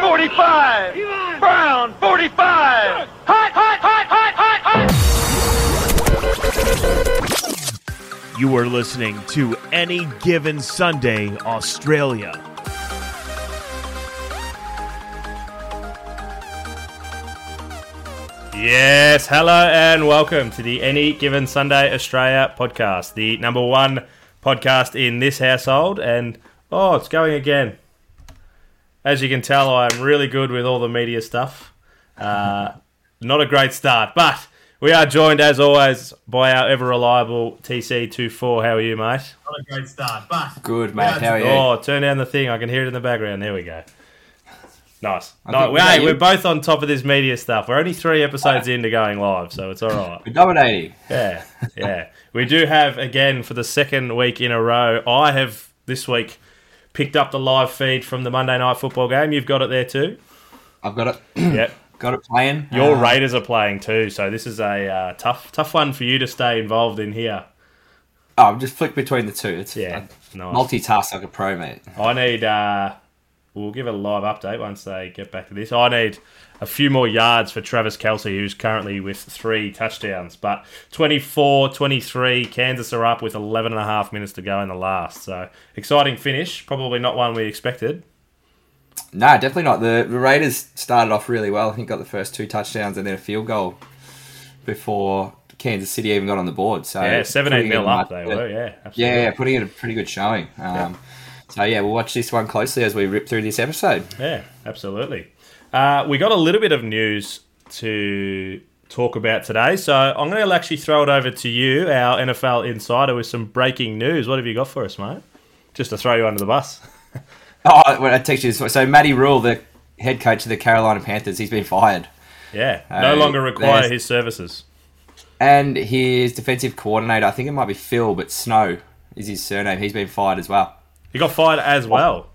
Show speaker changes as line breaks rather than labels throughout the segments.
45. Brown, 45. Hot, hot, hot, hot, hot, hot.
You are listening to Any Given Sunday, Australia.
Yes, hello and welcome to the Any Given Sunday Australia podcast, the number one podcast in this household. And oh, it's going again. As you can tell, I'm really good with all the media stuff. Uh, not a great start, but we are joined as always by our ever reliable TC24. How are you, mate? Not a great start, but
Good, mate. How are you?
Oh, turn down the thing. I can hear it in the background. There we go. Nice.
think-
No, hey,
yeah,
we're
you-
both on top of this media stuff. We're only three episodes into going live, so it's all right.
We're dominating.
Yeah, yeah. We do have again for the second week in a row. I have this week picked up the live feed from the Monday night football game. You've got it there too.
I've got it.
Yep.
got it playing.
Your
Uh,
Raiders are playing too, so this is a uh, tough, tough one for you to stay involved in here.
Oh, I've just flicked between the two. It's
Yeah,
I
nice.
multitask like a pro, mate.
I need. Uh, we'll give a live update once they get back to this. I need a few more yards for Travis Kelsey, who's currently with three touchdowns. But 24 23, Kansas are up with 11 and a half minutes to go in the last. So exciting finish. Probably not one we expected.
No, definitely not. The, the Raiders started off really well. I think got the first two touchdowns and then a field goal before Kansas City even got on the board. So
Yeah, 17
putting in
nil up,
much-
they were. Yeah, absolutely.
Yeah, yeah, putting in a pretty good showing. Um, So yeah, we'll watch this one closely as we rip through this episode.
Yeah, absolutely. Uh, we got a little bit of news to talk about today. So I'm going to actually throw it over to you, our NFL insider, with some breaking news. What have you got for us, mate? Just to throw you under the bus.
Oh, when I text you this, so Matty Rule, the head coach of the Carolina Panthers, he's been fired.
Yeah, no
Uh,
longer require
there's-
his services.
And his defensive coordinator, I think it might be Phil, but Snow is his surname. He's been fired as well.
He got fired
Oh,
as well.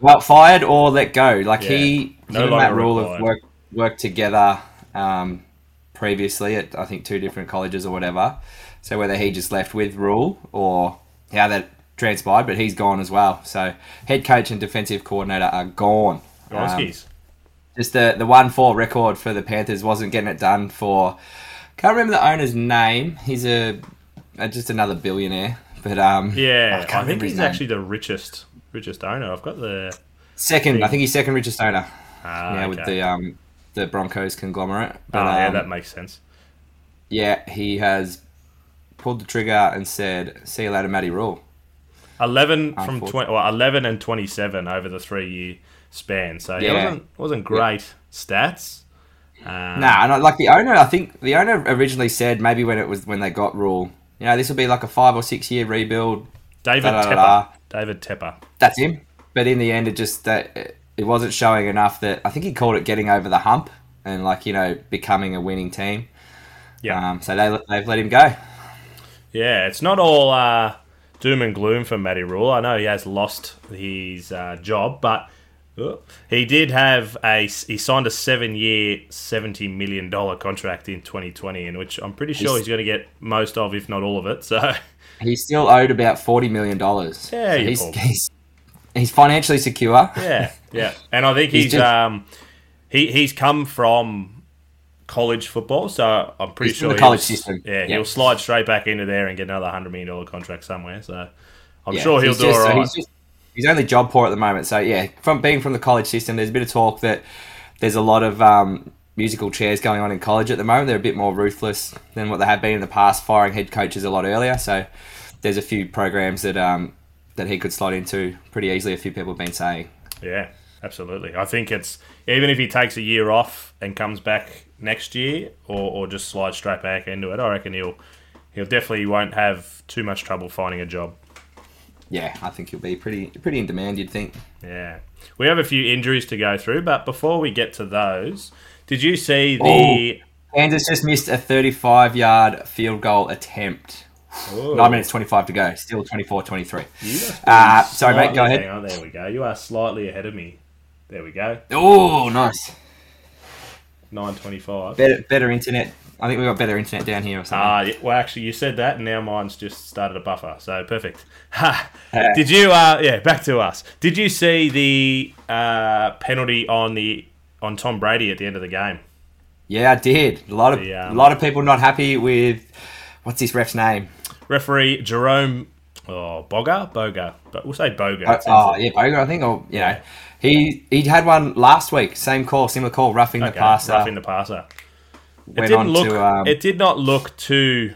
Well, fired or let go. Like he,
Yeah. No
him and Matt
longer
Rule
required.
have worked worked together um, previously at I think two different colleges or whatever. So whether he just left with Rule or how that transpired, but he's gone as well. So head coach and defensive coordinator are gone. Um,
Gonskis.
just the the one four record for the Panthers wasn't getting it done for. Can't remember the owner's name. He's a, a just another billionaire, but um,
yeah, I,
can't
think
remember his
he's
name.
actually the richest richest owner. I've got the
second. I think he's second richest owner.
ah,
yeah, with
okay.
the um the Broncos conglomerate. But,
Ah, yeah,
um,
that makes sense.
yeah, he has pulled the trigger and said, "See you later, Matty Rule."
Eleven from
Unfortunate.
twenty, well, eleven and twenty-seven over the three-year span. So yeah,
Yeah.
wasn't wasn't great stats. Um,
Nah, and I, like the owner, I think the owner originally said maybe when it was when they got Rule, you know, this will be like a five or six year rebuild.
David
Da-da-da-da.
Tepper. David Tepper.
That's him. But in the end, it just that it wasn't showing enough that I think he called it getting over the hump and like you know becoming a winning team.
Yeah.
Um, so they they've let him go.
Yeah, it's not all uh, doom and gloom for Matty Rule. I know he has lost his uh, job, but uh, he did have a he signed a seven-year, seventy million dollar contract in 2020, in which I'm pretty sure he's,
He's-
going to get most of, if not all of it. So
He's still owed about forty million dollars.
Yeah, you
he's,
poor-
he's he's financially secure.
yeah, yeah, and I think he's,
He's just-
um he he's come from college football, so I'm pretty
He's from
sure
the college
he'll-
system.
Yeah,
Yeah.
he'll slide straight back into there and get another hundred million dollar contract somewhere. So I'm
Yeah,
sure he'll
he's
do
just-
all
so
right.
He's, just, he's only job poor at the moment. So yeah, from being from the college system, there's a bit of talk that there's a lot of um, musical chairs going on in college at the moment. They're a bit more ruthless than what they have been in the past, firing head coaches a lot earlier. So there's a few programs that um, that he could slot into pretty easily. A few people have been saying.
Yeah, absolutely. I think it's even if he takes a year off and comes back next year, or, or just slides straight back into it, I reckon he'll he'll definitely won't have too much trouble finding a job.
Yeah, I think he'll be pretty pretty in demand. You'd think.
Yeah, we have a few injuries to go through, but before we get to those, did you see the?
Oh. Kansas just missed a 35 yard field goal attempt. Nine minutes 25 to go. Still 24 23.
You must be
Uh, sorry, mate. Go
slightly-
ahead.
hang on, there we go. You are slightly ahead of me. There we go.
Oh, nice.
Nine twenty-five.
Better, better internet. I think we've got better internet down here or something.
Ah, y- well, actually, you said that, and now mine's just started a buffer, so perfect. Ha! Did you? Uh, yeah, back to us. Did you see the uh, penalty on the on Tom Brady at the end of the game.
Yeah, I did. A lot of
The, um,
a lot of people not happy with what's this ref's name?
Referee Jerome oh, Boga? Boga. But we'll say Boga.
Oh,
It's-
oh, yeah, Boger, I think. Or you know, he he had one last week. Same call, similar call, roughing
okay,
the passer.
roughing the passer. It
went
didn't
on
look.
to um,
it did not look too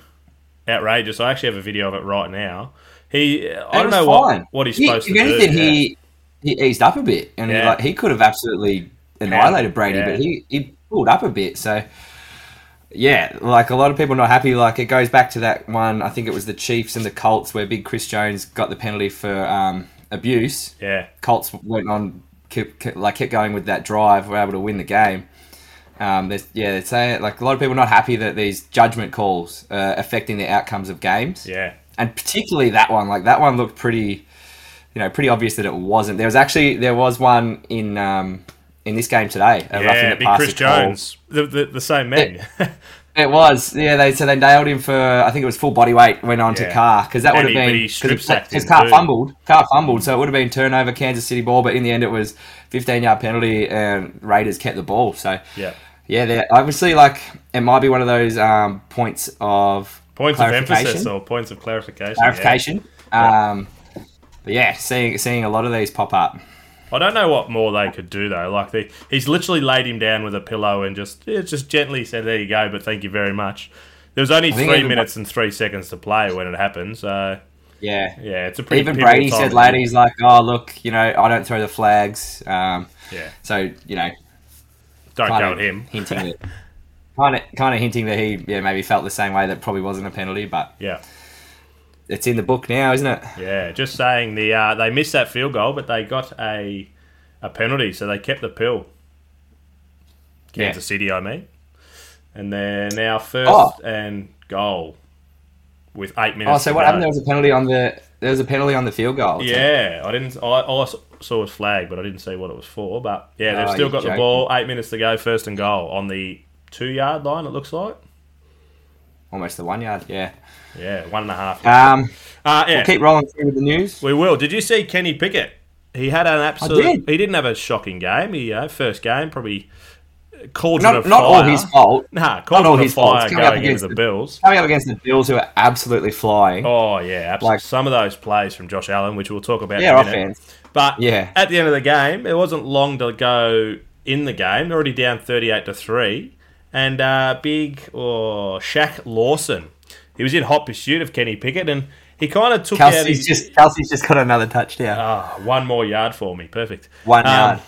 outrageous. I actually have a video of it right now. He, I
it
don't
was
know
fine.
what, what he's
He-
supposed
if
to
anything,
do. yeah.
he he eased up a bit, and
Yeah.
he, like, he could have absolutely annihilated Brady,
Yeah.
but he he pulled up a bit. So yeah, like a lot of people not happy. Like it goes back to that one. I think it was the Chiefs and the Colts where Big Chris Jones got the penalty for um, abuse.
yeah,
Colts went on kept, kept, like kept going with that drive, were able to win the game. Um, there's- yeah, they say like a lot of people are not happy that these judgment calls uh, affecting the outcomes of games,
yeah,
and particularly that one. Like that one looked pretty, you know, pretty obvious that it wasn't. There was actually there was one in um, in this game today. a roughing
yeah.
the
Big
passer
Chris
call.
Jones, the, the the same men.
It was yeah. They so they nailed him for I think it was full body weight. Went on
Yeah.
to Carr because that
And
would have
he- but
been
he strip sacked
because
him
Carr
too.
fumbled. Carr fumbled, so it would have been turnover, Kansas City ball. But in the end, it was 15 yard penalty, and Raiders kept the ball. So
yeah,
yeah, they're obviously like it might be one of those um, points of
points of
clarification,
emphasis or points of clarification. yeah.
clarification. Um, but yeah, seeing seeing a lot of these pop up.
I don't know what more they could do though. Like the, he's literally laid him down with a pillow and just yeah, just gently said, "There you go," but thank you very much. There was only
think
three
everyone-
minutes and three seconds to play when it happened, so
Yeah,
yeah, it's a pretty.
even
pivotal
Brady
time.
said later he's like, oh look, you know, I don't throw the flags. Um,
Yeah,
so you know,
don't
kind
go
of
at him.
hinting that, kind of kind of hinting that he yeah maybe felt the same way that probably wasn't a penalty, but
Yeah,
it's in the book now, isn't it?
yeah. Just saying the uh, they missed that field goal, but they got a a penalty, so they kept the pill. Kansas City, I mean, and they're now first
Oh.
and goal with eight minutes.
Oh, so
to
what
go.
happened? There was a penalty on the there was a penalty on the field goal.
Yeah, I didn't. I, all I s- saw was flag, but I didn't see what it was for. But yeah, they've
Oh,
still
you're
got the
joking.
ball. Eight minutes to go, first and goal on the two yard line. It looks like.
almost the one yard. Yeah.
Yeah, one and a half. Uh,
Um,
yeah,
keep rolling through with the news.
we will. Did you see Kenny Pickett? He had an absolute.
did.
He didn't have a shocking game. He uh, first game probably called it
Not
a
not all
fire.
his fault.
Nah, called
all
it a
his fault.
fire
It's coming up
going into
against
the
the-
Bills.
Coming up against the Bills, who are absolutely flying.
Oh yeah, absolutely.
Like-
some of those plays from Josh Allen, which we'll talk about.
Their
in a minute.
offense.
But
Yeah.
at the end of the game, it wasn't long to go in the game. They're already down 38 to 3. And uh, big or Shaq Lawson, he was in hot pursuit of Kenny Pickett and he kind of took out his.
Kelsey's just Kelsey's just got another touchdown.
Ah, um, one more yard for me. Perfect.
One yard.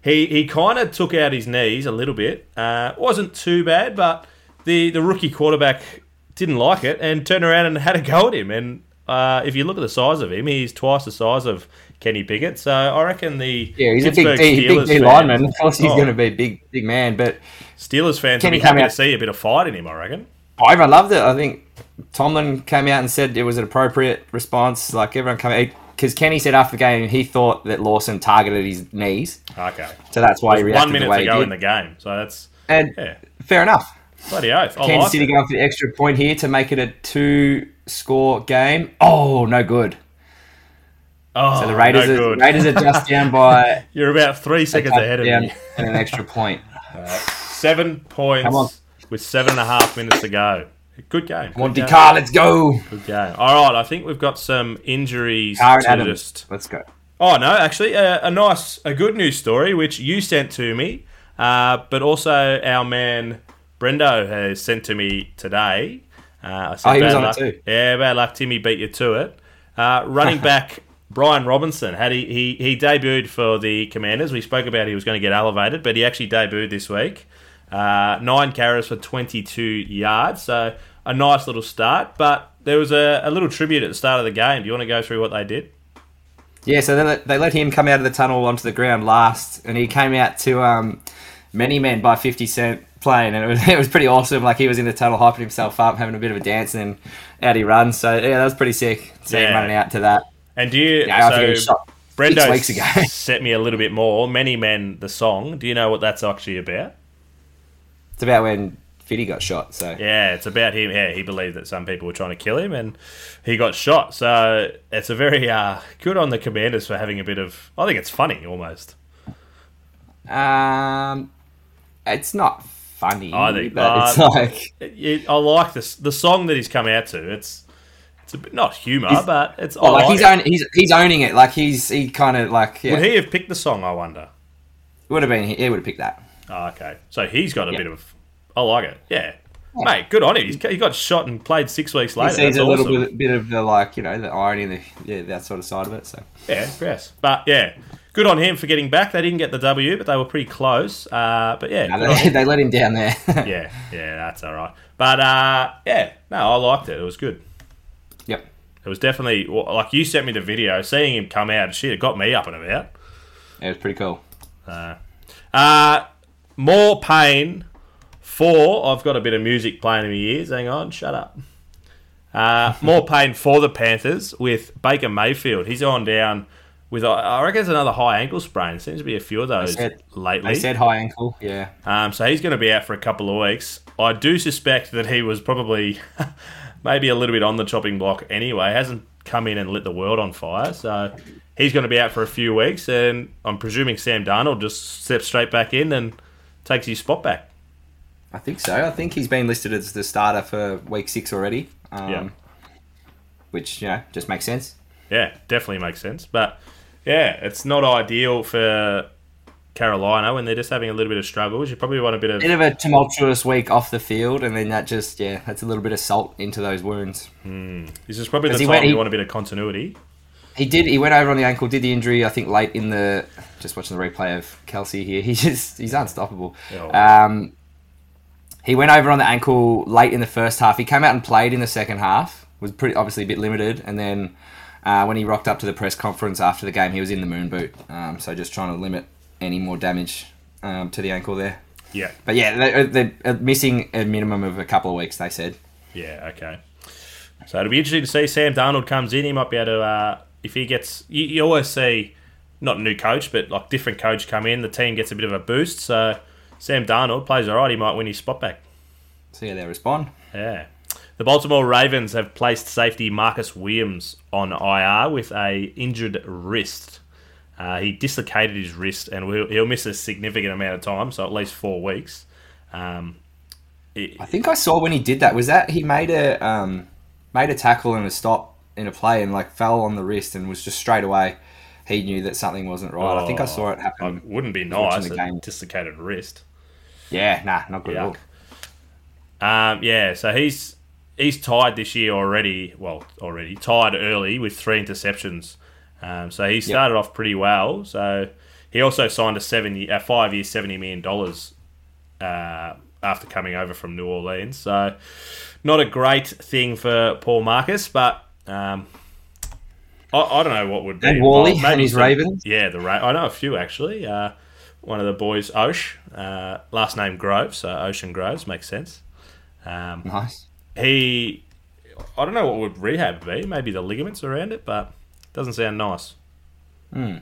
he he kind of took out his knees a little bit. Uh, wasn't too bad, but the, the rookie quarterback didn't like it and turned around and had a go at him. And uh, if you look at the size of him, he's twice the size of Kenny Pickett. So I reckon the
yeah, he's a
Pittsburgh
big D,
Steelers
big D
fans-
lineman. Of course, he's
Oh,
going to be a big, big man. But
Steelers fans will
Kenny
be happy
come
to
out-
see a bit of fight in him. I reckon.
Oh, everyone loved it. I think Tomlin came out and said it was an appropriate response. Like everyone came because Kenny said after the game he thought that Lawson targeted his knees,
Okay,
so that's why he
one
reacted the
minute
way
to go
he
in the
did.
game, so that's
And
yeah,
fair enough.
bloody oath. I
Kansas
like
City
it.
going for the extra point here to make it a two-score game. Oh, no good.
Oh,
So the Raiders,
no
are,
good.
Raiders are just down by
You're about three seconds ahead of
touchdown
me.
and an extra point.
Seven
Come on.
points with seven and a half minutes to go. Good game. Good
Monty
game.
Carr, let's go.
Good game. All right, I think we've got some injuries
Carr and
to
Adams.
just.
Let's go.
Oh no, actually, a, a nice, a good news story which you sent to me, uh, but also our man Brendo has sent to me today. Uh, I said
Oh, he was
bad
on it
luck.
too.
Yeah, bad luck. Timmy beat you to it. Uh, running back Brian Robinson had he, he he debuted for the Commanders. We spoke about he was going to get elevated, but he actually debuted this week. Uh, nine carries for 22 yards, so a nice little start. But there was a, a little tribute at the start of the game. Do you want to go through what they did?
Yeah, so they let, they let him come out of the tunnel onto the ground last, and he came out to um, Many Men by 50 Cent playing, and it was, it was pretty awesome. Like, he was in the tunnel hyping himself up, having a bit of a dance, and then out he runs. So, yeah, that was pretty sick, seeing him
Yeah.
running out to that.
And do you?
Yeah, I think he was
so
shot
Brendo
six weeks ago.
sent me a little bit more. Many men, the song. Do you know what that's actually about?
It's about when Fitty got shot, so...
Yeah, it's about him. Yeah, he believed that some people were trying to kill him, and he got shot. So it's a very uh, good on the Commanders for having a bit of. I think it's funny almost.
Um, it's not funny.
I think-
but it's
uh,
like
It- it- I like this the song that he's come out to. It's it's a bit not humor, but it's I
well, like
like
he's
it.
own, he's he's owning it. Like he's he kind of like yeah.
Would he have picked the song? I wonder.
would have been he would have picked that.
Oh, okay, so he's got a
Yeah.
bit of. I like it. Yeah. Mate, good on him. He's, he got shot and played six weeks
He
later.
sees
That's
a
awesome.
little bit, bit of the like you know the irony and the yeah that sort of side of it. So
Yeah, yes. But yeah, good on him for getting back. They didn't get the W, but they were pretty close. Uh, but yeah,
No,
good on
they, they let him down there.
yeah, yeah, that's all right. But uh, yeah, no, I liked it. It was good.
Yep.
It was definitely well, like you sent me the video, seeing him come out. Shit, it got me up and about.
It was pretty cool.
Uh, more pain. for I've got a bit of music playing in my ears. Hang on, shut up. Uh, more pain for the Panthers with Baker Mayfield. He's on down with I- I reckon it's another high ankle sprain. Seems to be a few of those
said-
lately.
They said high ankle. Yeah.
Um, so he's going to be out for a couple of weeks. I do suspect that he was probably maybe a little bit on the chopping block anyway. Hasn't come in and lit the world on fire. So he's going to be out for a few weeks. And I'm presuming Sam Darnold just steps straight back in and takes his spot back.
I think so. I think he's been listed as the starter for week six already. Um,
Yeah.
Which you know just makes sense.
Yeah, definitely makes sense. But yeah, it's not ideal for Carolina when they're just having a little bit of struggles. You probably want a bit of.
Bit of a tumultuous week off the field, and then that just yeah, that's a little bit of salt into those wounds.
This is probably the
Does he
time
wait-
you
he-
want a bit of continuity.
He did. He went over on the ankle, did the injury. I think late in the just watching the replay of Kelsey here. He just he's unstoppable.
Oh.
Um, he went over on the ankle late in the first half. He came out and played in the second half. Was pretty obviously a bit limited, and then uh, when he rocked up to the press conference after the game, he was in the moon boot. Um, so just trying to limit any more damage um, to the ankle there.
Yeah.
But yeah, they, uh, they're missing a minimum of a couple of weeks. They said.
Yeah, okay. So it'll be interesting to see. Sam Darnold comes in. He might be able to, uh, if he gets, you, you always see, not a new coach, but like different coach come in, the team gets a bit of a boost. So Sam Darnold plays all right. He might win his spot back.
So yeah, they respond.
Yeah. The Baltimore Ravens have placed safety Marcus Williams on IR with a injured wrist. Uh, he dislocated his wrist and will, he'll miss a significant amount of time, so at least four weeks. Um,
I think I saw when he did that was that he made a um, made a tackle and a stop in a play and like fell on the wrist and was just straight away he knew that something wasn't right. I think I saw it
I-
happen.
wouldn't be
Mm. watching
nice
the
a
game.
dislocated wrist.
Yeah, nah, not good at all.
Yuck. Um, yeah, so he's he's tied this year already. Well, already tied early with three interceptions. Um, so he started off pretty well. So he also signed a seven year, a five year, seventy million dollars uh, after coming over from New Orleans. So not a great thing for Paul Marcus, but. Um, I, I don't know what would be
And Wally
involved. Maybe
and his
some-
Ravens.
Yeah, the Ra- I know a few actually. Uh, one of the boys, Osh, uh, last name Groves, so Ocean Groves makes sense. Um,
Nice.
he, I don't know what would rehab be. Maybe the ligaments around it, but doesn't sound nice.
Hmm.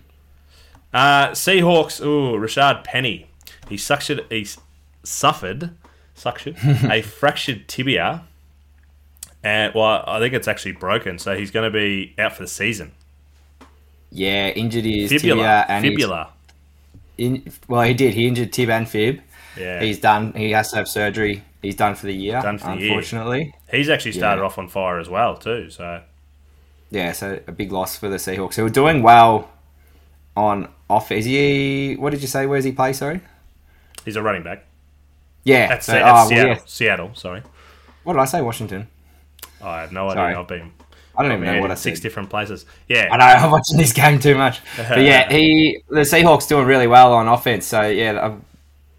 Uh, Seahawks. Ooh, Rashad Penny. He suctioned. He s- suffered, suction a fractured tibia, and well, I think it's actually broken. So he's going to be out for the season.
Yeah, injured his
Fibula.
tibia and his-
Fibula.
in, well, he did. He injured tib and fib.
Yeah.
He's
He's,
done. He has to have surgery. He's done for the year.
Done for the year.
unfortunately.
actually started
Yeah.
off on fire as well too. So
Yeah, so a big loss for the Seahawks, who are doing well on off. Is he? What did you say? Where's he play? Sorry.
he's a running back.
Yeah.
That's,
so-
that's
oh, well,
Seattle.
yeah.
Seattle. Sorry.
What did I say? Washington.
I have no idea.
Sorry.
I've been
I don't even
man,
know what I
in six
said.
different places.
I
Yeah,
know I'm watching this game too much. But yeah, he the Seahawks doing really well on offense. So yeah, I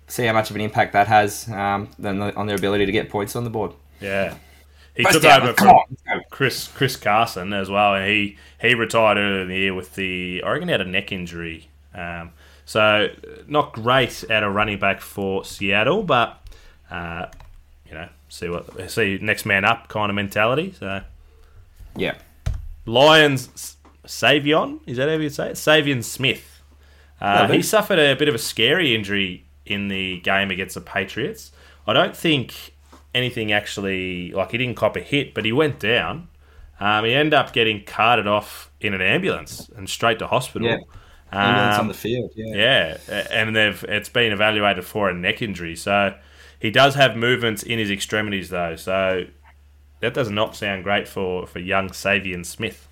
see how much of an impact that has um, then on their ability to get points on the board.
yeah. He
First
took
down,
over
come
from
on, let's go.
Chris Chris Carson as well, and he he retired earlier in the year with the I reckon he had a neck injury. Um, so uh, not great at a running back for Seattle, but uh, you know, see what see next man up kind of mentality. So
Yeah.
Lions S- Savion is that how you say it? Savion Smith. Uh,
Love
he
it.
suffered a bit of a scary injury in the game against the Patriots. I don't think anything actually like he didn't cop a hit, but he went down. Um, he ended up getting carted off in an ambulance and straight to hospital.
Yeah. Ambulance on
Um,
the field. Yeah.
yeah, a- and they've it's been evaluated for a neck injury. So he does have movements in his extremities though. So that does not sound great for for young Savian Smith,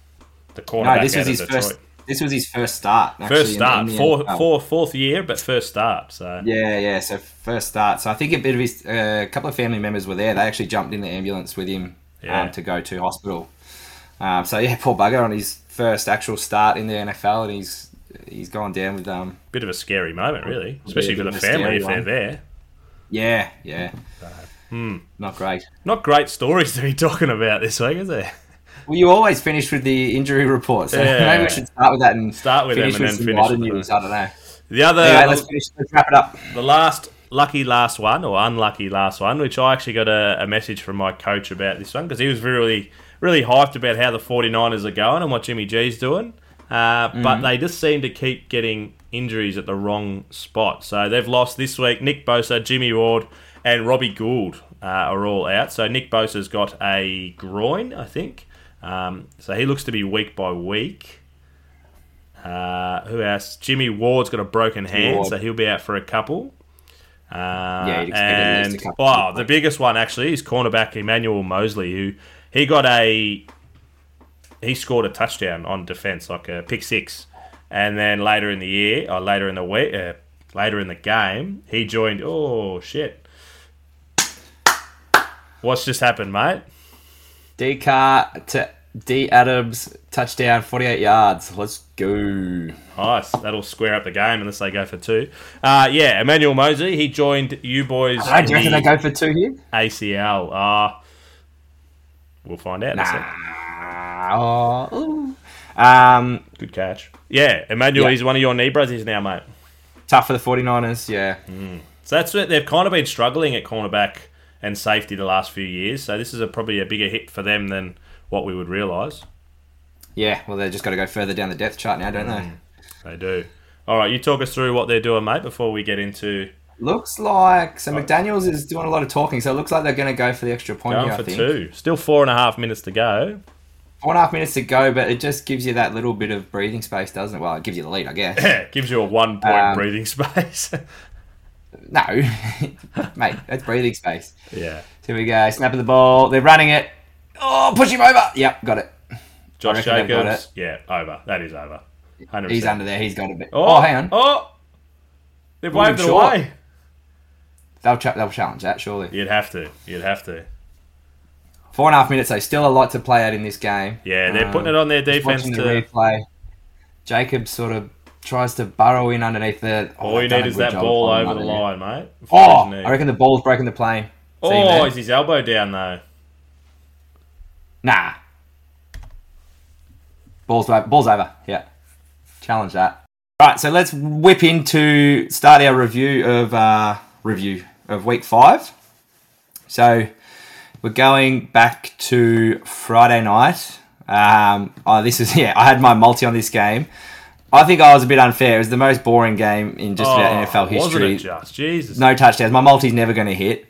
the cornerback
No, this
out of
was his
Detroit.
first. This was his first start. Actually,
First
in-
start,
in the
four,
NFL.
four, fourth year, but first start. So
Yeah, yeah. So first start. So I think a bit of his, uh, a couple of family members were there. They actually jumped in the ambulance with him
Yeah.
um, to go to hospital. Um, so yeah, poor bugger on his first actual start in the NFL, and he's he's gone down with um.
bit of a scary moment, really, especially
bit
for the
of a
family
scary
if they're
one.
there.
Yeah, yeah.
Hmm.
Not great.
Not great stories to be talking about this week, is there?
Well, you always finish with the injury report, so
Yeah.
maybe we should start with that and
Start with
finish
them and then
with some
finish
lighter
with
news. I don't know.
The other,
Anyway, let's finish. Let's wrap it up.
the last lucky last one or unlucky last one, which I actually got a, a message from my coach about this one because he was really, really hyped about how the 49ers are going and what Jimmy G's doing. Uh, But they just seem to keep getting injuries at the wrong spot. So they've lost this week. Nick Bosa, Jimmy Ward, and Robbie Gould uh, are all out. So Nick Bosa's got a groin, I think. Um, so he looks to be week by week. Uh, who else? Jimmy Ward's got a broken hand,
Ward.
so he'll be out for a couple. Uh,
you'd expect at least
and
a couple
oh,
of
the biggest one actually is cornerback Emmanuel Mosley, who he got a he scored a touchdown on defense, like a pick six, and then later in the year or later in the week, uh, later in the game, he joined. Oh shit! What's just happened, mate?
D Car to D Adams touchdown, forty-eight yards. Let's go.
Nice. That'll square up the game unless they go for two. Uh, yeah, Emmanuel Mosley, he joined you boys
I
in
do you reckon
the
they go for two here?
ACL. Uh, we'll find out. in a sec.
Nah. Oh, ooh. um,
Good catch. Yeah, Emmanuel,
Yeah.
he's one of your knee brothers now, mate.
tough for the 49ers, yeah.
So that's it. They've kind of been struggling at cornerback and safety the last few years. So this is a, probably a bigger hit for them than what we would realise.
Yeah, well, they just got to go further down the depth chart now, don't they?
They do. All right, you talk us through what they're doing, mate, before we get into
Looks like, so McDaniels is doing a lot of talking, so it looks like they're going to go for the extra point
going
here, I
for
think.
two. Still four and a half minutes to go.
Four and a half minutes to go, but it just gives you that little bit of breathing space, doesn't it? Well, it gives you the lead, I guess.
Gives you a one point
Um,
breathing space.
no. Mate, that's breathing space.
yeah.
Here we go. Snapping the ball. They're running it. Oh, push him over. Yep, got it.
Josh
reckon they've got
Jacobs. Yeah, over. That is over. 100%.
He's under there. He's got it.
Oh,
Oh, hang on.
Oh, they've
Pulled
waved it
him short.
away.
They'll, cha- they'll challenge that, surely.
You'd have to. You'd have to.
Four and a half minutes, though. Still a lot to play out in this game.
Yeah, they're
Um,
putting it on their defense
Watching
to.
the replay, Jacob sort of tries to burrow in underneath the. Oh,
All you
they've done
need
a
is
good
that
job
ball
of
over the
finding it.
line, mate.
Oh,
His knee.
I reckon the ball's breaking the plane. See
oh,
there?
is his elbow down though?
nah. Ball's over. Ball's over. Yeah, challenge that. Right, so let's whip into start our review of uh, review of week five. So we're going back to Friday night. Um, oh, this is yeah. I had my multi on this game. I think I was a bit unfair. It was the most boring game in just about
Oh,
NFL history.
Wasn't it just? Jesus.
no touchdowns. My multi's never going to hit.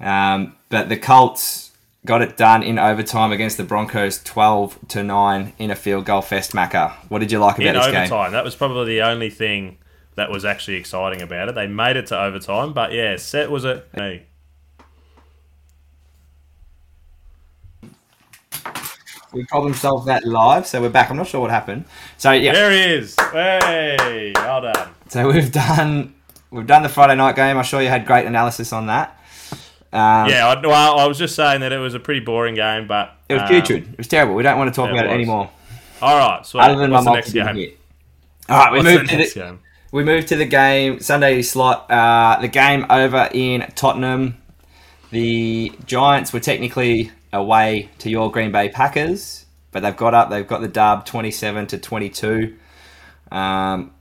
Um, but the Colts got it done in overtime against the Broncos, twelve to nine in a field goal fest. Macker, what did you like about
in
this
overtime,
game?
that was probably the only thing that was actually exciting about it. They made it to overtime, but yeah, set was it. Hey,
We problem solved that live, so we're back. I'm not sure what happened. So yeah,
there he is. Hey, well done.
so we've done we've done the Friday night game. I'm sure you had great analysis on that. Um,
Yeah, I, well, I was just saying that it was a pretty boring game, but
it was
um,
putrid. It was terrible. We don't want to talk
it
about it
was.
anymore.
All right, so
Other than
what's
my
the
multi
next game?
didn't hit. All right, we
What's the
moved to
next
the,
game?
We move to the game Sunday slot. Uh, the game over in Tottenham. The Giants were technically away to your Green Bay Packers, but they've got up. They've got the dub, twenty-seven to twenty-two. Um,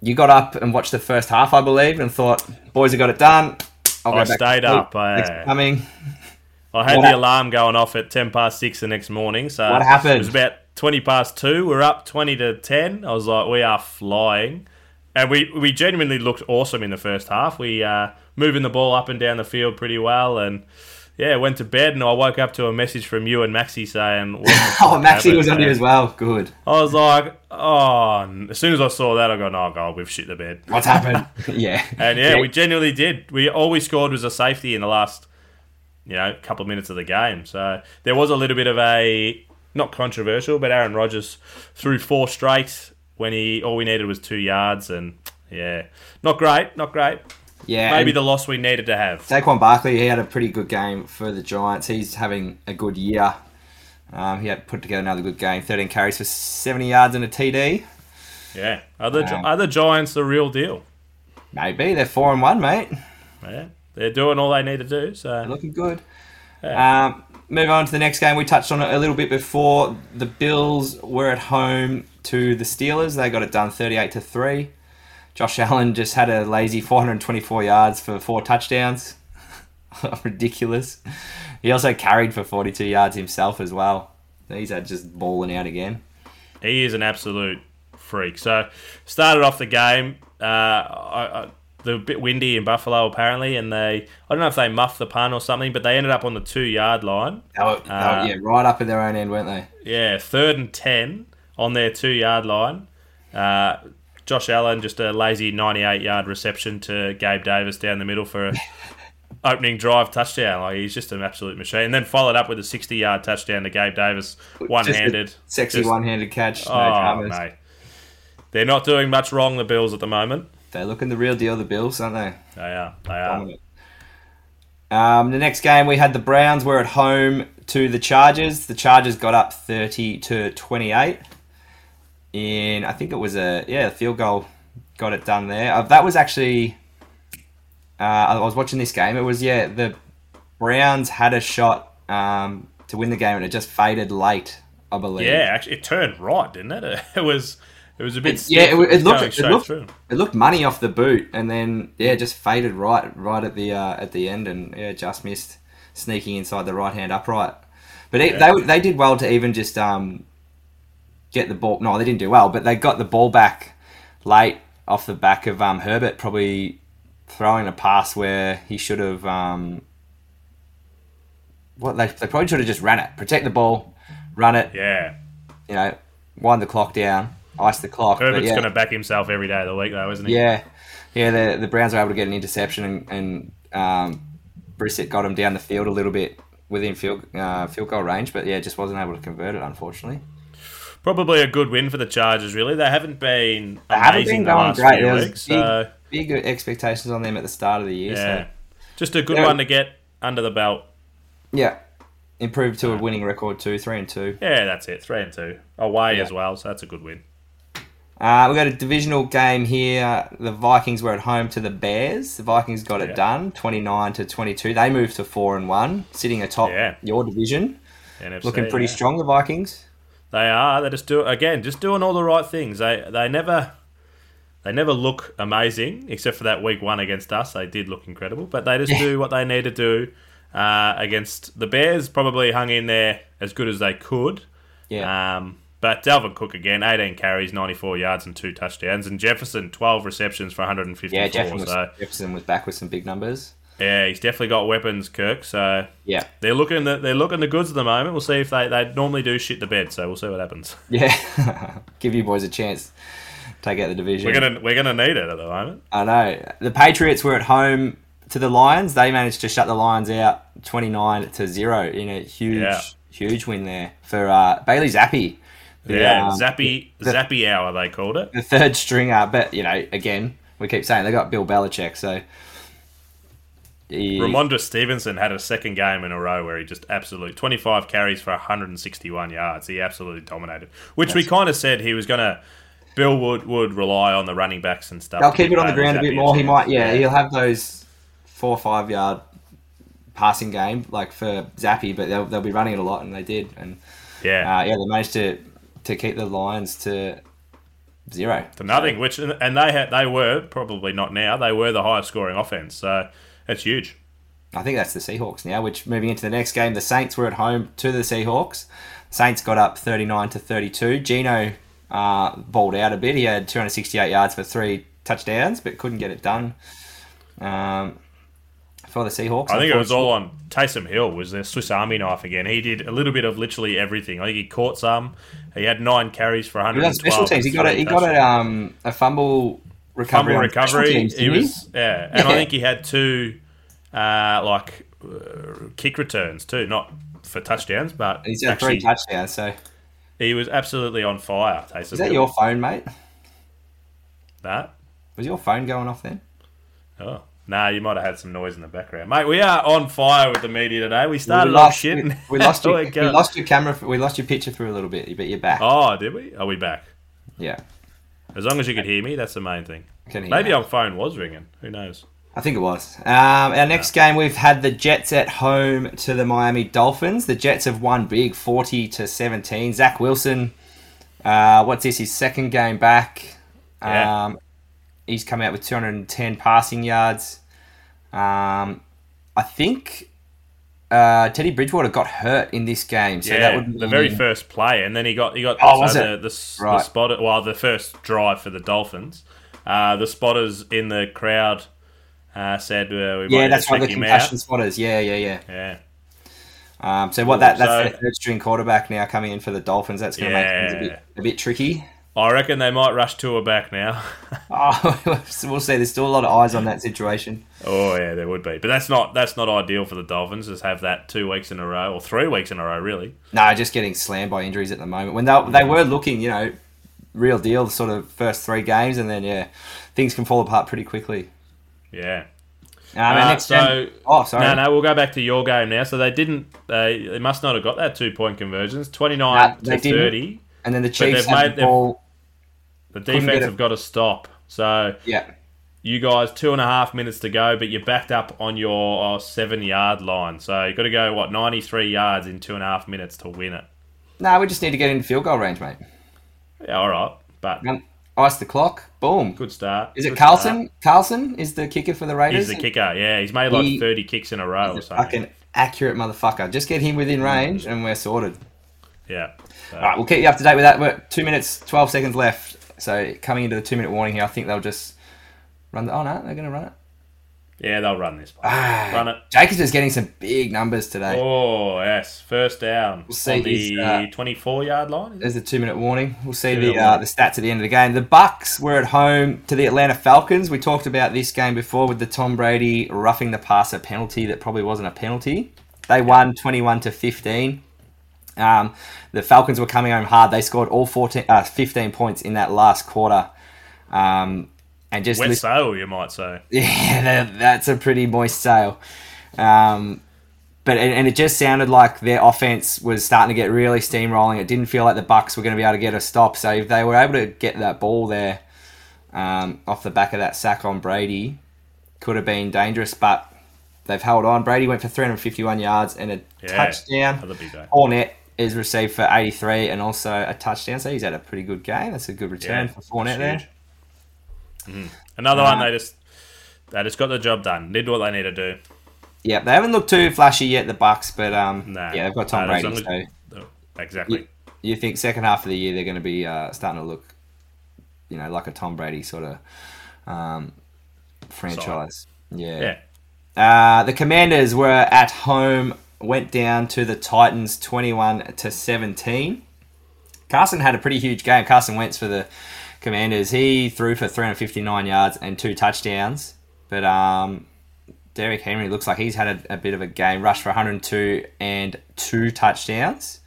you got up and watched the first half, I believe, and thought, "Boys have got it done." I'll
I
to
stayed
sleep.
up, eh?
Thanks for coming.
I had
What
the
hap-
alarm going off at ten past six the next morning. So
What happened?
It was about twenty past two. We're up twenty to ten. I was like, we are flying, and we we genuinely looked awesome in the first half. We uh, moving the ball up and down the field pretty well, and yeah, went to bed and I woke up to a message from you and Maxi saying, "Welcome to
Oh,
the
Maxi
cabin,"
was on
man.
it as well. Good.
I was like, oh, n- as soon as I saw that, I go, no, God, we've shit the bed.
What's happened? yeah.
And yeah, we genuinely did. We all we scored was a safety in the last, you know, couple of minutes of the game. So there was a little bit of a not controversial, but Aaron Rodgers threw four straight when he all we needed was two yards, and yeah, not great, not great.
yeah.
Maybe
and-
the loss we needed to have.
Saquon Barkley, he had a pretty good game for the Giants. He's having a good year. Um, he had put together another good game. 13 carries for 70 yards and a TD.
Yeah, other
Um,
other Giants the real deal.
Maybe they're four and one, mate.
Yeah, they're doing all they need to do. So
Looking good. Um, move on to the next game. We touched on it a little bit before. The Bills were at home to the Steelers. They got it done 38 to three. Josh Allen just had a lazy 424 yards for four touchdowns. Ridiculous. He also carried for 42 yards himself as well. These are just balling out again.
he is an absolute freak. So started off the game. Uh, I, I, the bit windy in Buffalo apparently, and they I don't know if they muffed the pun or something, but they ended up on the two yard line.
They were, they were-
Uh,
yeah, right up at their own end, weren't they?
Yeah, third and ten on their two yard line. Uh, Josh Allen just a lazy ninety eight yard reception to Gabe Davis down the middle for a opening drive touchdown. Like he's just an absolute machine. And then followed up with a sixty yard touchdown to Gabe Davis, one handed,
Just a Sexy one handed catch. No
Oh,
dramas.
mate. They're not doing much wrong, the Bills, at the moment.
They're looking the real deal, the Bills, aren't they?
They are. They are.
Dominant. Um, the next game we had the Browns were at home to the Chargers. The Chargers got up thirty to twenty eight. In I think it was a yeah a field goal, got it done there. Uh, that was actually uh, I was watching this game. It was yeah the Browns had a shot um, to win the game and it just faded late. I believe.
Yeah, actually, it turned right, didn't it? It was. It was a bit.
Yeah, it,
stiff.
it
was
looked
going
it
straight
looked,
through.
it looked money off the boot, and then yeah, just faded right right at the uh, at the end, and yeah, just missed sneaking inside the right hand upright. But it, they they did well to even just um get the ball. No, they didn't do well, but they got the ball back late off the back of um Herbert probably throwing a pass where he should have um what they they probably should have just ran it, protect the ball, run it,
Yeah.
you know, wind the clock down, ice the clock. but
Herbert's
yeah.
going to back himself every day of the week, though, isn't he?
Yeah, yeah. The the Browns were able to get an interception, and, and um, Brissett got him down the field a little bit within field uh, field goal range, but yeah, just wasn't able to convert it, unfortunately.
Probably a good win for the Chargers, really. They haven't been amazing
haven't been
the
going
last
great. There
few
was
weeks. So,
Big expectations on them at the start of the year.
yeah.
So,
Just a good
Yeah.
one to get under the belt.
yeah. Improved to a winning record too, three and two.
Yeah, that's it. Three and two. Away
Yeah.
as well, so that's a good win.
Uh, we got a divisional game here. The Vikings were at home to the Bears. The Vikings got it
Yeah.
done, twenty nine to twenty two. They moved to four and one, sitting atop
Yeah.
your division,
NFC,
looking pretty
yeah.
strong. The Vikings.
They are. They just do again, just doing all the right things. They they never they never look amazing, except for that week one against us. They did look incredible, but they just do what they need to do uh, against the Bears. Probably hung in there as good as they could.
Yeah.
Um, but Dalvin Cook again, 18 carries, 94 yards, and two touchdowns, and Jefferson 12 receptions for 154.
Yeah, Jefferson was,
so
Jefferson was back with some big numbers.
yeah, he's definitely got weapons, Kirk. So
Yeah.
they're looking the, they're looking the goods at the moment. We'll see if they they normally do shit the bed. So we'll see what happens.
Yeah. Give you boys a chance. Take out the division.
We're gonna we're gonna need it at the moment.
I know. The Patriots were at home to the Lions. They managed to shut the Lions out 29 to 0 in a huge,
Yeah.
huge win there for uh, Bailey Zappi. The,
Yeah,
um,
Zappy
the-
Zappy hour they called it.
The third stringer. But, you know, again, we keep saying they got Bill Belichick. So. He,
Ramondre Stevenson had a second game in a row where he just absolute 25 carries for 161 yards. He absolutely dominated, which we kind of said he was going to. Bill would would rely on the running backs and stuff.
They'll
to
keep
give
it on the
Bailey
ground a
Zappi
bit more. He
chance.
might, yeah, he'll have those four or five yard passing game like for Zappy, but they'll, they'll be running it a lot, and they did, and
yeah,
uh, yeah, they managed to to keep the Lions to zero.
to nothing. Which and they had they were probably not now. They were the highest scoring offense, so that's huge.
I think that's the Seahawks now. Which moving into the next game, the Saints were at home to the Seahawks. Saints got up thirty nine to thirty two. Gino uh, balled out a bit. He had two hundred sixty eight yards for three touchdowns, but couldn't get it done. Um, for the Seahawks.
I think it was all on Taysom Hill was the Swiss Army knife again. He did a little bit of literally everything. I think he caught some. He had nine carries for
He was on
112.
special teams. He got a, he got a, um, a fumble recovery.
fumble
on special
recovery.
teams,
he
didn't
was yeah, and I
Yeah.
think he had two uh, like uh, kick returns too, not for touchdowns, but
He's had
actually
three touchdowns. So
he was absolutely on fire. Taysom
is that
Hill.
your phone, mate?
that?
Was your phone going off then?
Oh. Nah, you might have had some noise in the background, mate. We are on fire with the media today. We started
we
off Oh,
lost,
shit.
We,
and
we lost
now
your,
we're
we
going-
lost your camera. For, we lost your picture for a little bit, but you're back.
Oh, did we? Are we back?
Yeah,
As long as you could hear me, that's the main thing.
Can hear
Maybe
now.
our phone was ringing. Who knows?
I think it was. Um, our next game, we've had the Jets at home to the Miami Dolphins. The Jets have won big, forty to seventeen. Zach Wilson, uh, what's this? His second game back.
Yeah.
Um, he's come out with two hundred and ten passing yards. Um, I think uh, Teddy Bridgewater got hurt in this game, so that
yeah,
would
the very
mean-
first play, and then he got he got
Oh, was
the,
it?
the, s- the
Right.
spotter. Well, the first drive for the Dolphins, uh, the spotters in the crowd uh, said, uh, "We might
Yeah,
need
that's
to
why the
check him out."
concussion spotters. Yeah, yeah, yeah.
Yeah,
Um, so what that that's
So-
their third string quarterback now coming in for the Dolphins. That's going to make things a bit, a bit tricky.
I reckon they might rush Tua back now.
Oh, we'll see. There's still a lot of eyes on that situation.
oh yeah, there would be, but that's not that's not ideal for the Dolphins. Just have that two weeks in a row or three weeks in a row, really.
No, just getting slammed by injuries at the moment. When they, they were looking, you know, real deal, sort of first three games, and then yeah, things can fall apart pretty quickly.
Yeah.
Um, and
Uh,
next
so-
game- oh, sorry.
No, no, we'll go back to your game now. So they didn't. They, they must not have got that two point conversions. Twenty
Nah,
nine
they
to
didn't.
thirty.
And then the
they've
Chiefs had
made-
the
they've-
ball.
The
get
defense
it.
have got to stop. So
Yeah,
you guys two and a half minutes to go, but you're backed up on your uh, seven yard line. So you've got to go what ninety three yards in two and a half minutes to win it.
no, we just need to get into field goal range, mate.
Yeah, all right, but
Um, ice the clock. Boom.
good start.
Is it
Good
Carlson?
start.
Carlson is the kicker for the Raiders.
He's the kicker. Yeah, he's made like
He-
thirty kicks in a row or
He's a
something.
fucking accurate motherfucker. Just get him
Mm.
within range, and we're sorted.
Yeah. So-
All right, we'll keep you up to date with that. We're two minutes, twelve seconds left. So coming into the two-minute warning here, I think they'll just run. The, oh no, they're going to run it.
Yeah, they'll run this. one.
Ah,
run it.
Jacobs is getting some big numbers today.
Oh yes, first down
see
on
his,
the
uh,
twenty-four yard line. is it?
There's a two-minute warning. We'll see the
Two-minute
uh,
warning.
the stats at the end of the game. The Bucks were at home to the Atlanta Falcons. We talked about this game before with the Tom Brady roughing the passer penalty that probably wasn't a penalty. They won 21 to 15. Um, the Falcons were coming home hard. They scored all 14, uh, 15 points in that last quarter. Um, and just
Wet
listen-
sale, you might say.
Yeah, that, that's a pretty moist sale. Um, but and, and it just sounded like their offense was starting to get really steamrolling. It didn't feel like the Bucks were going to be able to get a stop. So if they were able to get that ball there um, off the back of that sack on Brady, could have been dangerous. But they've held on. Brady went for 351 yards and a
Yeah.
touchdown.
Another big day.
Fournette is received for 83 and also a touchdown. So he's had a pretty good game. That's a good return
Yeah,
for Fournette there.
huge. Another one.
Uh,
They just they just got the job done. Did what they need to do.
Yeah, they haven't looked too flashy yet, the Bucks, but um,
Nah.
yeah, they've got Tom
Nah, as
Brady.
long as-
So
Oh, exactly.
you think second half of the year they're going to be uh, starting to look, you know, like a Tom Brady sort of um, franchise.
Yeah.
Yeah. Uh, the Commanders were at home, went down to the Titans, twenty-one to seventeen. Carson had a pretty huge game. Carson Wentz for the Commanders. He threw for 359 yards and two touchdowns. But um, Derek Henry looks like he's had a, a bit of a game. Rushed for 102 and two touchdowns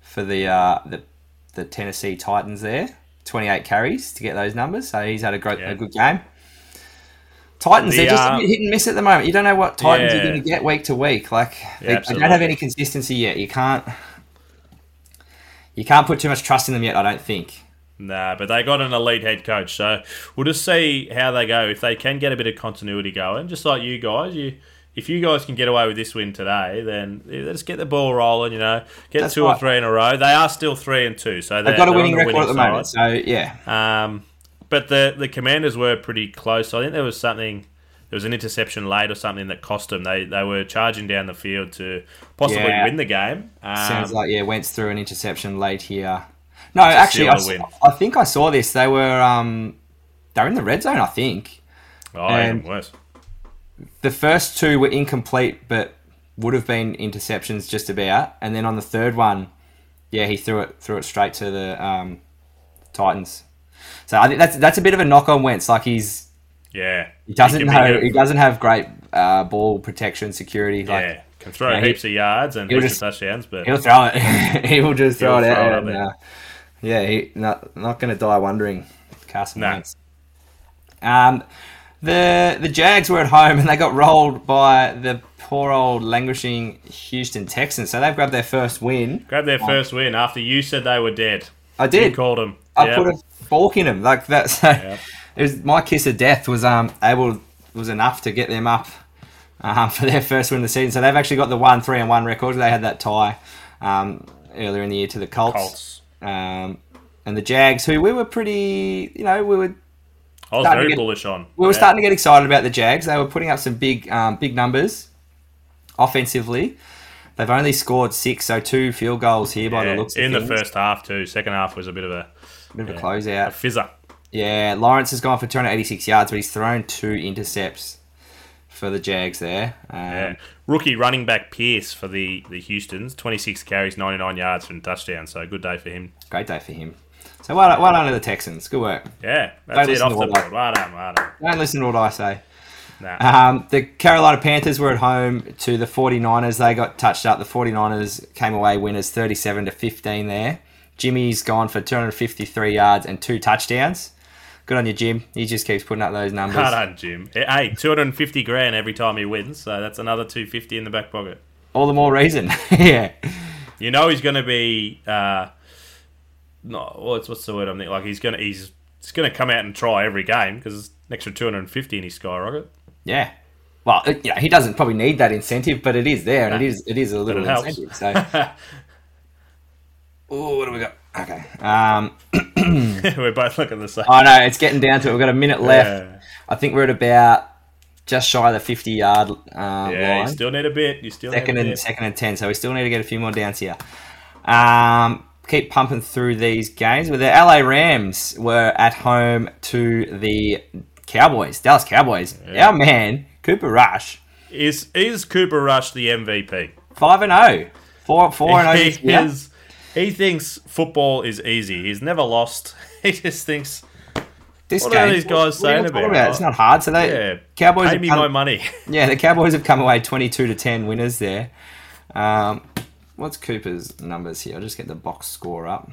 for the uh, the, the Tennessee Titans there. 28 carries to get those numbers. So he's had a, great,
Yeah.
a good game. Titans,
The,
they're just a
uh,
bit hit and miss at the moment. You don't know what Titans
Yeah.
are going to get week to week. Like they, they
absolutely.
don't have any consistency yet. You can't you can't put too much trust in them yet. I don't think.
Nah, but they got an elite head coach, so we'll just see how they go. If they can get a bit of continuity going, just like you guys, you if you guys can get away with this win today, then let's get the ball rolling. You know, get
That's
two or
right.
three in a row. They are still three and two, so they're,
They've got a
they're on
winning
the
record
winning
at the
side.
moment, so yeah.
Um, but the the Commanders were pretty close. I think there was something. There was an interception late or something that cost them. They they were charging down the field to possibly
Yeah.
win the game. Um,
Sounds like yeah, Wentz threw an interception late here. No, actually, I,
seal the
s-
win.
I think I saw this. They were um, they're in the red zone, I think.
oh,
and-
even worse.
the first two were incomplete, but would have been interceptions just about. And then on the third one, yeah, he threw it threw it straight to the um, Titans. So I think that's that's a bit of a knock on Wentz. Like he's
Yeah.
he doesn't
can be
know
good.
he doesn't have great uh, ball protection security. Like
yeah. Can throw
Yeah, he-
heaps of yards and
he'll
heaps
just-
of touchdowns, but
he'll throw it. he will just throw
He'll
it
throw it
out.
up
and,
there.
uh, yeah, he not not going to die wondering. Carson
No.
Wentz. Um, the the Jags were at home and they got rolled by the poor old languishing Houston Texans. So they've grabbed their first win.
grab their first win after you said they were dead.
I
You
did.
called them.
I
Yeah.
put a fork in him like that. So it was my kiss of death was um able was enough to get them up um, for their first win of the season. So they've actually got the one three and one record. They had that tie um, earlier in the year to the Colts,
Colts.
Um, and the Jags, who we were pretty you know we were
I was
Starting
very
to get-
bullish on.
we were
Yeah.
starting to get excited about the Jags. They were putting up some big um, big numbers offensively. They've only scored six, so two field goals here by
Yeah,
the looks of
in the
things.
first half too. Second half was a bit of a,
bit of a
yeah,
closeout.
a fizzer.
Yeah, Lawrence has gone for 286 yards, but he's thrown two intercepts for the Jags there. Um,
Yeah. Rookie running back Pierce for the, the Houston's, 26 carries, 99 yards from touchdown. So good day for him.
Great day for him. So well, done- well done to the Texans. Good work.
Yeah,
Don't
that's it.
listen
Off
to
the
what I-
board. Well done, well done.
Don't listen to what I say.
Nah.
Um, the Carolina Panthers were at home to the 49ers. They got touched up. The 49ers came away winners 37 to 15 there. Jimmy's gone for 253 yards and two touchdowns. Good on you, Jim. He just keeps putting up those numbers.
Well done, Jim. Hey, 250 grand every time he wins. So that's another 250 in the back pocket.
All the more reason. yeah.
You know he's going to be uh, no. What's what's the word I'm thinking? Like he's going to he's, he's going to come out and try every game because it's an extra 250 in his skyrocket.
Yeah. Well, it, you know, he doesn't probably need that incentive, but it is there, and it
No.
is it is a little
it helps.
incentive. So, oh, what do we got? Okay. Um,
We're both looking the same.
I know it's getting down to it. We've got a minute left.
Yeah.
I think we're at about just shy of the fifty-yard uh,
Yeah, you
line.
still need a bit. You still
second
need a
and
bit.
second and ten. So we still need to get a few more downs here. Um, keep pumping through these games. Well, the LA Rams were at home to the Cowboys, Dallas Cowboys. Our man Cooper Rush.
Is is Cooper Rush the MVP?
Five and oh. Four four and oh.
He
this year.
is. He thinks football is easy. He's never lost. He just thinks,
This
what are
game-
these guys
what are you
saying
talking
about?
It's not hard. So they
yeah,
Cowboys
pay
have
me
come-
my money.
yeah the Cowboys have come away twenty two to ten winners there. Um, what's Cooper's numbers here? I'll just get the box score up.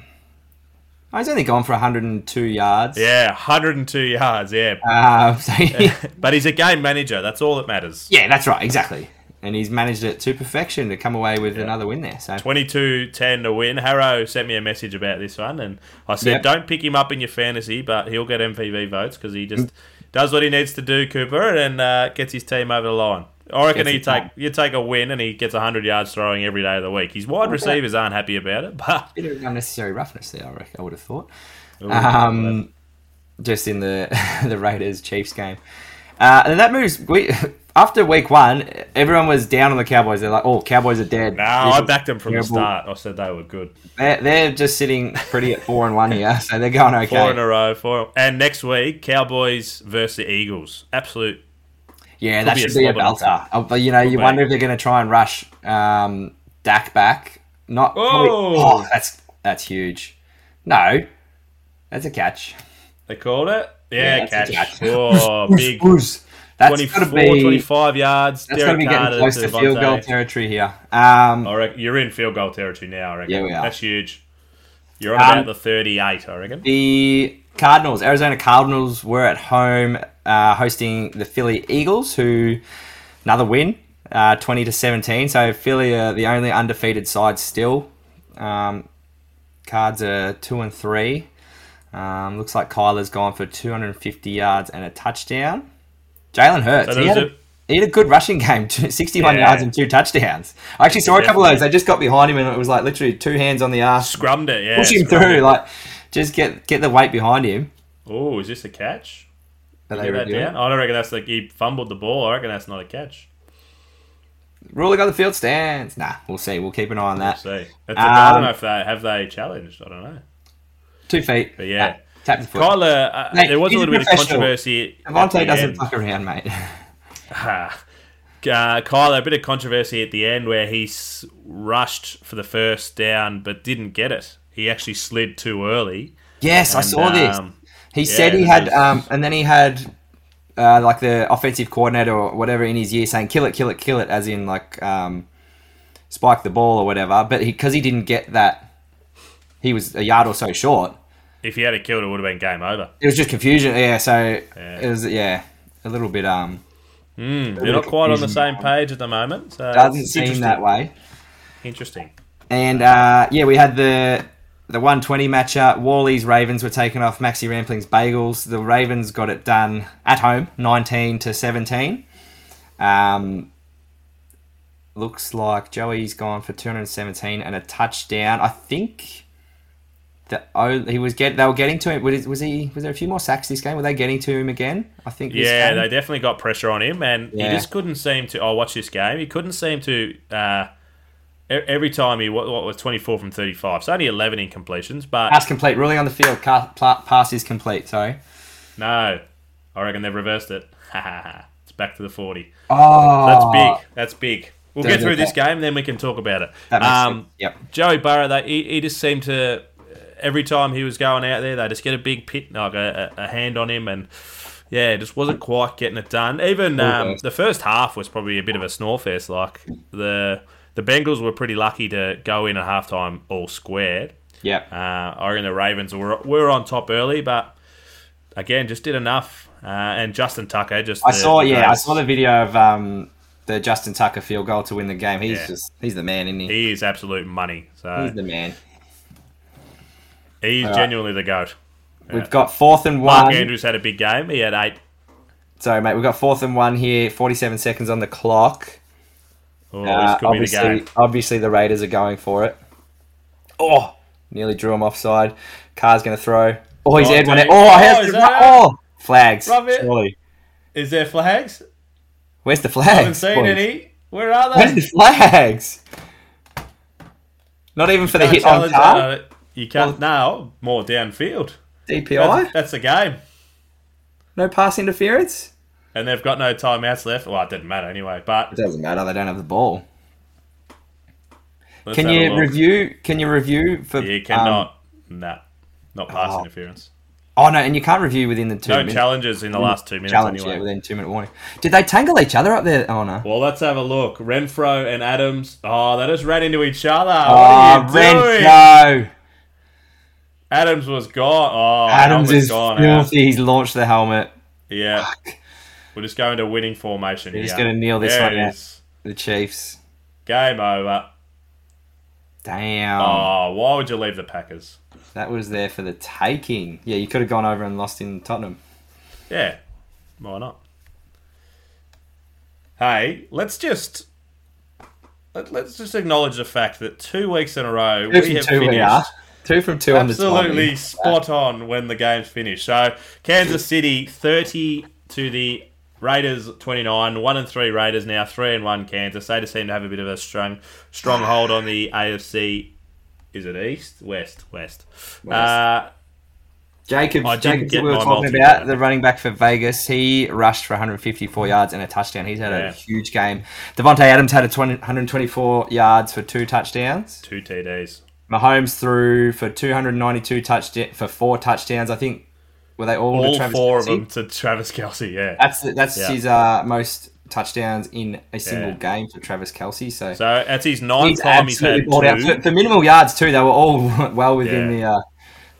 Oh, he's only gone for hundred and two yards.
yeah, 102 yards. Yeah,
Um, so he-
but he's a game manager. That's all that matters.
yeah, that's right, exactly. And he's managed it to perfection to come away with another win there. So
22 10 to win. Harrow sent me a message about this one, and I said,
Yep.
Don't pick him up in your fantasy, but he'll get MPV votes because he just does what he needs to do, Cooper, and uh, gets his team over the line. I reckon
Gets
he
it
take
done.
you take a win and he gets 100 yards throwing every day of the week. His wide receivers aren't happy about it, but
bit of unnecessary roughness there, I reckon. I would have thought.
Ooh,
um, just in the the Raiders Chiefs game. Uh, and that moves we after week one, everyone was down on the Cowboys. They're like, "Oh, Cowboys are dead."
no, I backed them from the start. I said they were good.
They're, they're just sitting pretty at four and one here, so they're going okay.
Four in a row, four. And next week, Cowboys versus the Eagles. Absolute.
yeah, that
be a
should be a
slobber.
belter. Uh, But you know, you
be.
wonder if they're going to try and rush um, Dak back. Not. probably-
Oh!
oh, that's that's huge. No, that's a catch.
They called it. Yeah,
Yeah, that's a
catch.
catch.
Oh, big.
Who's that's got
24,
to be
25 yards.
That's going to
Derek
be getting
Carter,
close to field
Devontae.
goal territory here. Um,
I reckon you're in field goal territory now. I reckon.
Yeah, we are.
That's huge. You're on
Um,
about the 38. I reckon.
the Cardinals, Arizona Cardinals, were at home uh, hosting the Philly Eagles, who another win, uh, twenty to seventeen. So Philly are the only undefeated side still. Um, cards are two and three. Um, looks like Kyler's gone for two hundred and fifty yards and a touchdown. Jalen Hurts.
So there
he
was
had a-
a-
He had a good rushing game, two- 61
Yeah.
yards and two touchdowns. I actually saw a couple of those. They just got behind him and it was like literally two hands on the ass,
Scrummed it. Yeah.
push him
scrummed
through.
it.
Like, just get get the weight behind him.
Oh, is this a catch?
That they
Get
were
that
doing.
down. I don't reckon that's like he fumbled the ball. I reckon that's not a catch.
Ruling on the field stands. Nah, we'll see. We'll keep an eye on that.
See, That's a- I
Um,
don't know if they have they challenged. I don't know.
Two feet.
But yeah.
Nah, tap the foot.
Kyler, uh,
Mate,
there was a
he's a
little bit of
professional.
controversy. at
Devontae
the
doesn't
end.
fuck around, mate.
Ah. Uh, Kylo, a bit of controversy at the end where he s- rushed for the first down but didn't get it. He actually slid too early.
Yes, I
And,
saw this.
um,
He said he
and
had,
he's-
um, and then he had uh, like the offensive coordinator or whatever in his year saying "kill it, kill it, kill it," as in like um, spike the ball or whatever. But because he, didn't get that, he was a yard or so short.
If he had a killed, it would have been game over.
It was just confusion. Yeah, so
Yeah.
it was yeah a little bit um
They're not quite on the same
confusing.
page at the moment. So
doesn't
it's
seem
interesting.
that way.
Interesting.
And uh, yeah, we had the the 120 matchup. Wally's Ravens were taken off Maxi Rampling's Bagels. The Ravens got it done at home, 19 to 17. Um, looks like Joey's gone for 217 and a touchdown. I think the oh, he was get they were getting to him. Was, was he was there a few more sacks this game? Were they getting to him again? I think. this
Yeah,
game.
they definitely got pressure on him, and
Yeah.
he just couldn't seem to. Oh, watch this game. He couldn't seem to. Uh, e- every time he what, what was twenty four from thirty five, so only eleven incompletions. But
pass complete. Ruling on the field. Ca- pla- Pass is complete. Sorry.
no, I reckon they've reversed it. it's back to the forty.
Oh,
That's big. That's big. We'll get
Doesn't
through this
that-
game, then we can talk about it.
That makes
um,
sense. Yep.
Joey Burrow, they, he, he just seemed to uh, every time he was going out there, they just get a big pit, like a, a a hand on him, and yeah, just wasn't quite getting it done. Even um,
Okay.
the first half was probably a bit of a snore fest. Like the the Bengals were pretty lucky to go in at halftime all squared.
Yep.
Uh, I reckon the Ravens were were on top early, but again, just did enough. Uh, and Justin Tucker just
I
the-
saw,
the
yeah, I
greatest.
saw the video of um, the Justin Tucker field goal to win the game. He's
Yeah.
just, he's the man, isn't he?
He is absolute money.
He's
So
the man.
he's genuinely the goat.
We've got fourth and
Mark
one.
Andrews had a big game. He had eight.
Sorry, mate. We've got fourth and one here. Forty-seven seconds on the clock.
Oh,
Uh,
this could be the
obviously,
game.
obviously, the Raiders are going for it. Oh, nearly drew him offside. Carr's going to throw. Oh, he's
Oh,
had one.
dude.
Oh,
Oh,
has
is
the,
that
oh, flags.
Rub it.
Surely,
Is there flags?
where's the flags? boys?
any. Where are
Where's the flags? Not even for the hit on car.
Uh, You can't now. More downfield. That's,
DPI.
that's the game.
No pass interference.
And they've got no timeouts left. Well, it didn't matter anyway. But
It doesn't matter. They don't have the ball.
let's
Can
have a
you
look.
review? Can you review for?
You
um,
cannot. nah, not pass
Oh.
interference.
oh no, and you can't review within the two
No
minute
challenges in the last two minutes
challenge.
anyway.
Yeah, within two minute warning. Did they tangle each other up there? Oh no.
well, let's have a look. Renfro and Adams. Oh, they just ran into each other.
Oh,
what are you doing?
Renfro.
Adams was gone. Oh,
Adams
was
is
gone. out.
filthy. He's launched the helmet.
Yeah. We're just going to winning formation
We're
here.
just gonna kneel this
There
one
it
out.
is.
The Chiefs.
Game over.
Damn.
Oh, why would you leave the Packers?
That was there for the taking. Yeah, you could have gone over and lost in Tottenham.
Yeah, why not? Hey, let's just let, let's just acknowledge the fact that two weeks in a row
Two
we
from
have
two
finished
we are. Two from two on the
absolutely
timing.
spot on when the game's finished. So Kansas City thirty to the Raiders twenty nine, one and three Raiders now, three and one Kansas. They just seem to have a bit of a strong stronghold on the AFC. Is it East, West, West? Uh,
Jacob,
I didn't
Jacobs
get
that we were
my
talking
multi,
about,
though.
the running back for Vegas, he rushed for 154 yards and a touchdown. He's had
Yeah.
a huge game. Devontae Adams had a 20, 124 yards for two touchdowns.
two TDs.
Mahomes threw for 292 touchdown for four touchdowns. I think were they all, to
all
Travis
four
Kelce?
of them to Travis Kelsey. Yeah.
That's that's
Yeah.
his uh, most touchdowns in a single
Yeah.
game for Travis Kelsey. So,
so that's his ninth
he's
time he's
absolutely
had
balled out. For,
two.
for minimal yards too, they were all well within
Yeah.
the uh,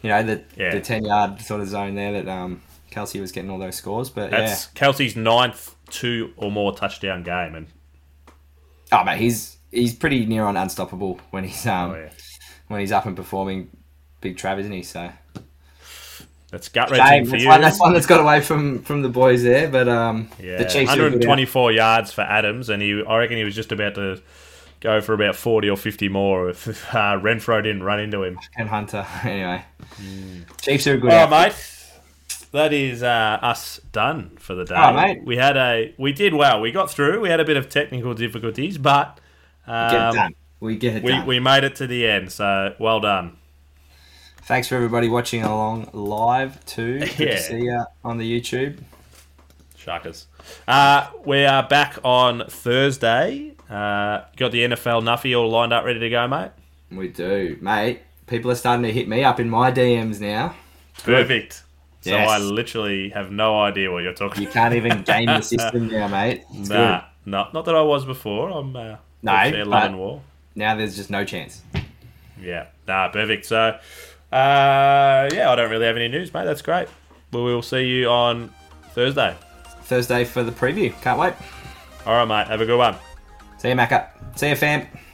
you know the
Yeah.
the 10 yard sort of zone there that um, Kelsey was getting all those scores. But yeah.
That's Kelsey's ninth two or more touchdown game, and
Oh mate, he's he's pretty near on unstoppable when he's um
oh, yeah.
when he's up and performing big Trav, isn't he? So
that's gut
Shame.
wrenching for
That's,
you.
one, that's one that's got away from from the boys there, but um
yeah.
the Chiefs are good out.
124 yards for Adams, and he, I reckon he was just about to go for about 40 or 50 more if uh, Renfro didn't run into him.
and Hunter. Anyway,
Mm.
Chiefs are a good.
All
out.
right, mate. That is uh, us done for the day.
All right, Ah, mate.
We had a we did well. We got through. We had a bit of technical difficulties, but um,
Get it done. We get it
We,
done.
we made it to the end, so well done.
Thanks for everybody watching along live too. Good
Yeah.
to see you on the YouTube.
Sharkers. Uh, we are back on Thursday. Uh, got the NFL Nuffy all lined up, ready to go, mate.
We do, mate. People are starting to hit me up in my DMs now.
Perfect. So
Yes.
I literally have no idea what you're talking.
You can't even game the system now, mate. It's
Nah,
good.
not not that I was before. I'm uh,
No,
a fair
but-
London wall.
Now there's just no chance.
Yeah, nah, perfect. So, uh, yeah, I don't really have any news, mate. That's great. Well, we'll see you on Thursday.
Thursday for the preview. Can't wait.
All right, mate. Have a good one.
See you, Macca. See you, fam.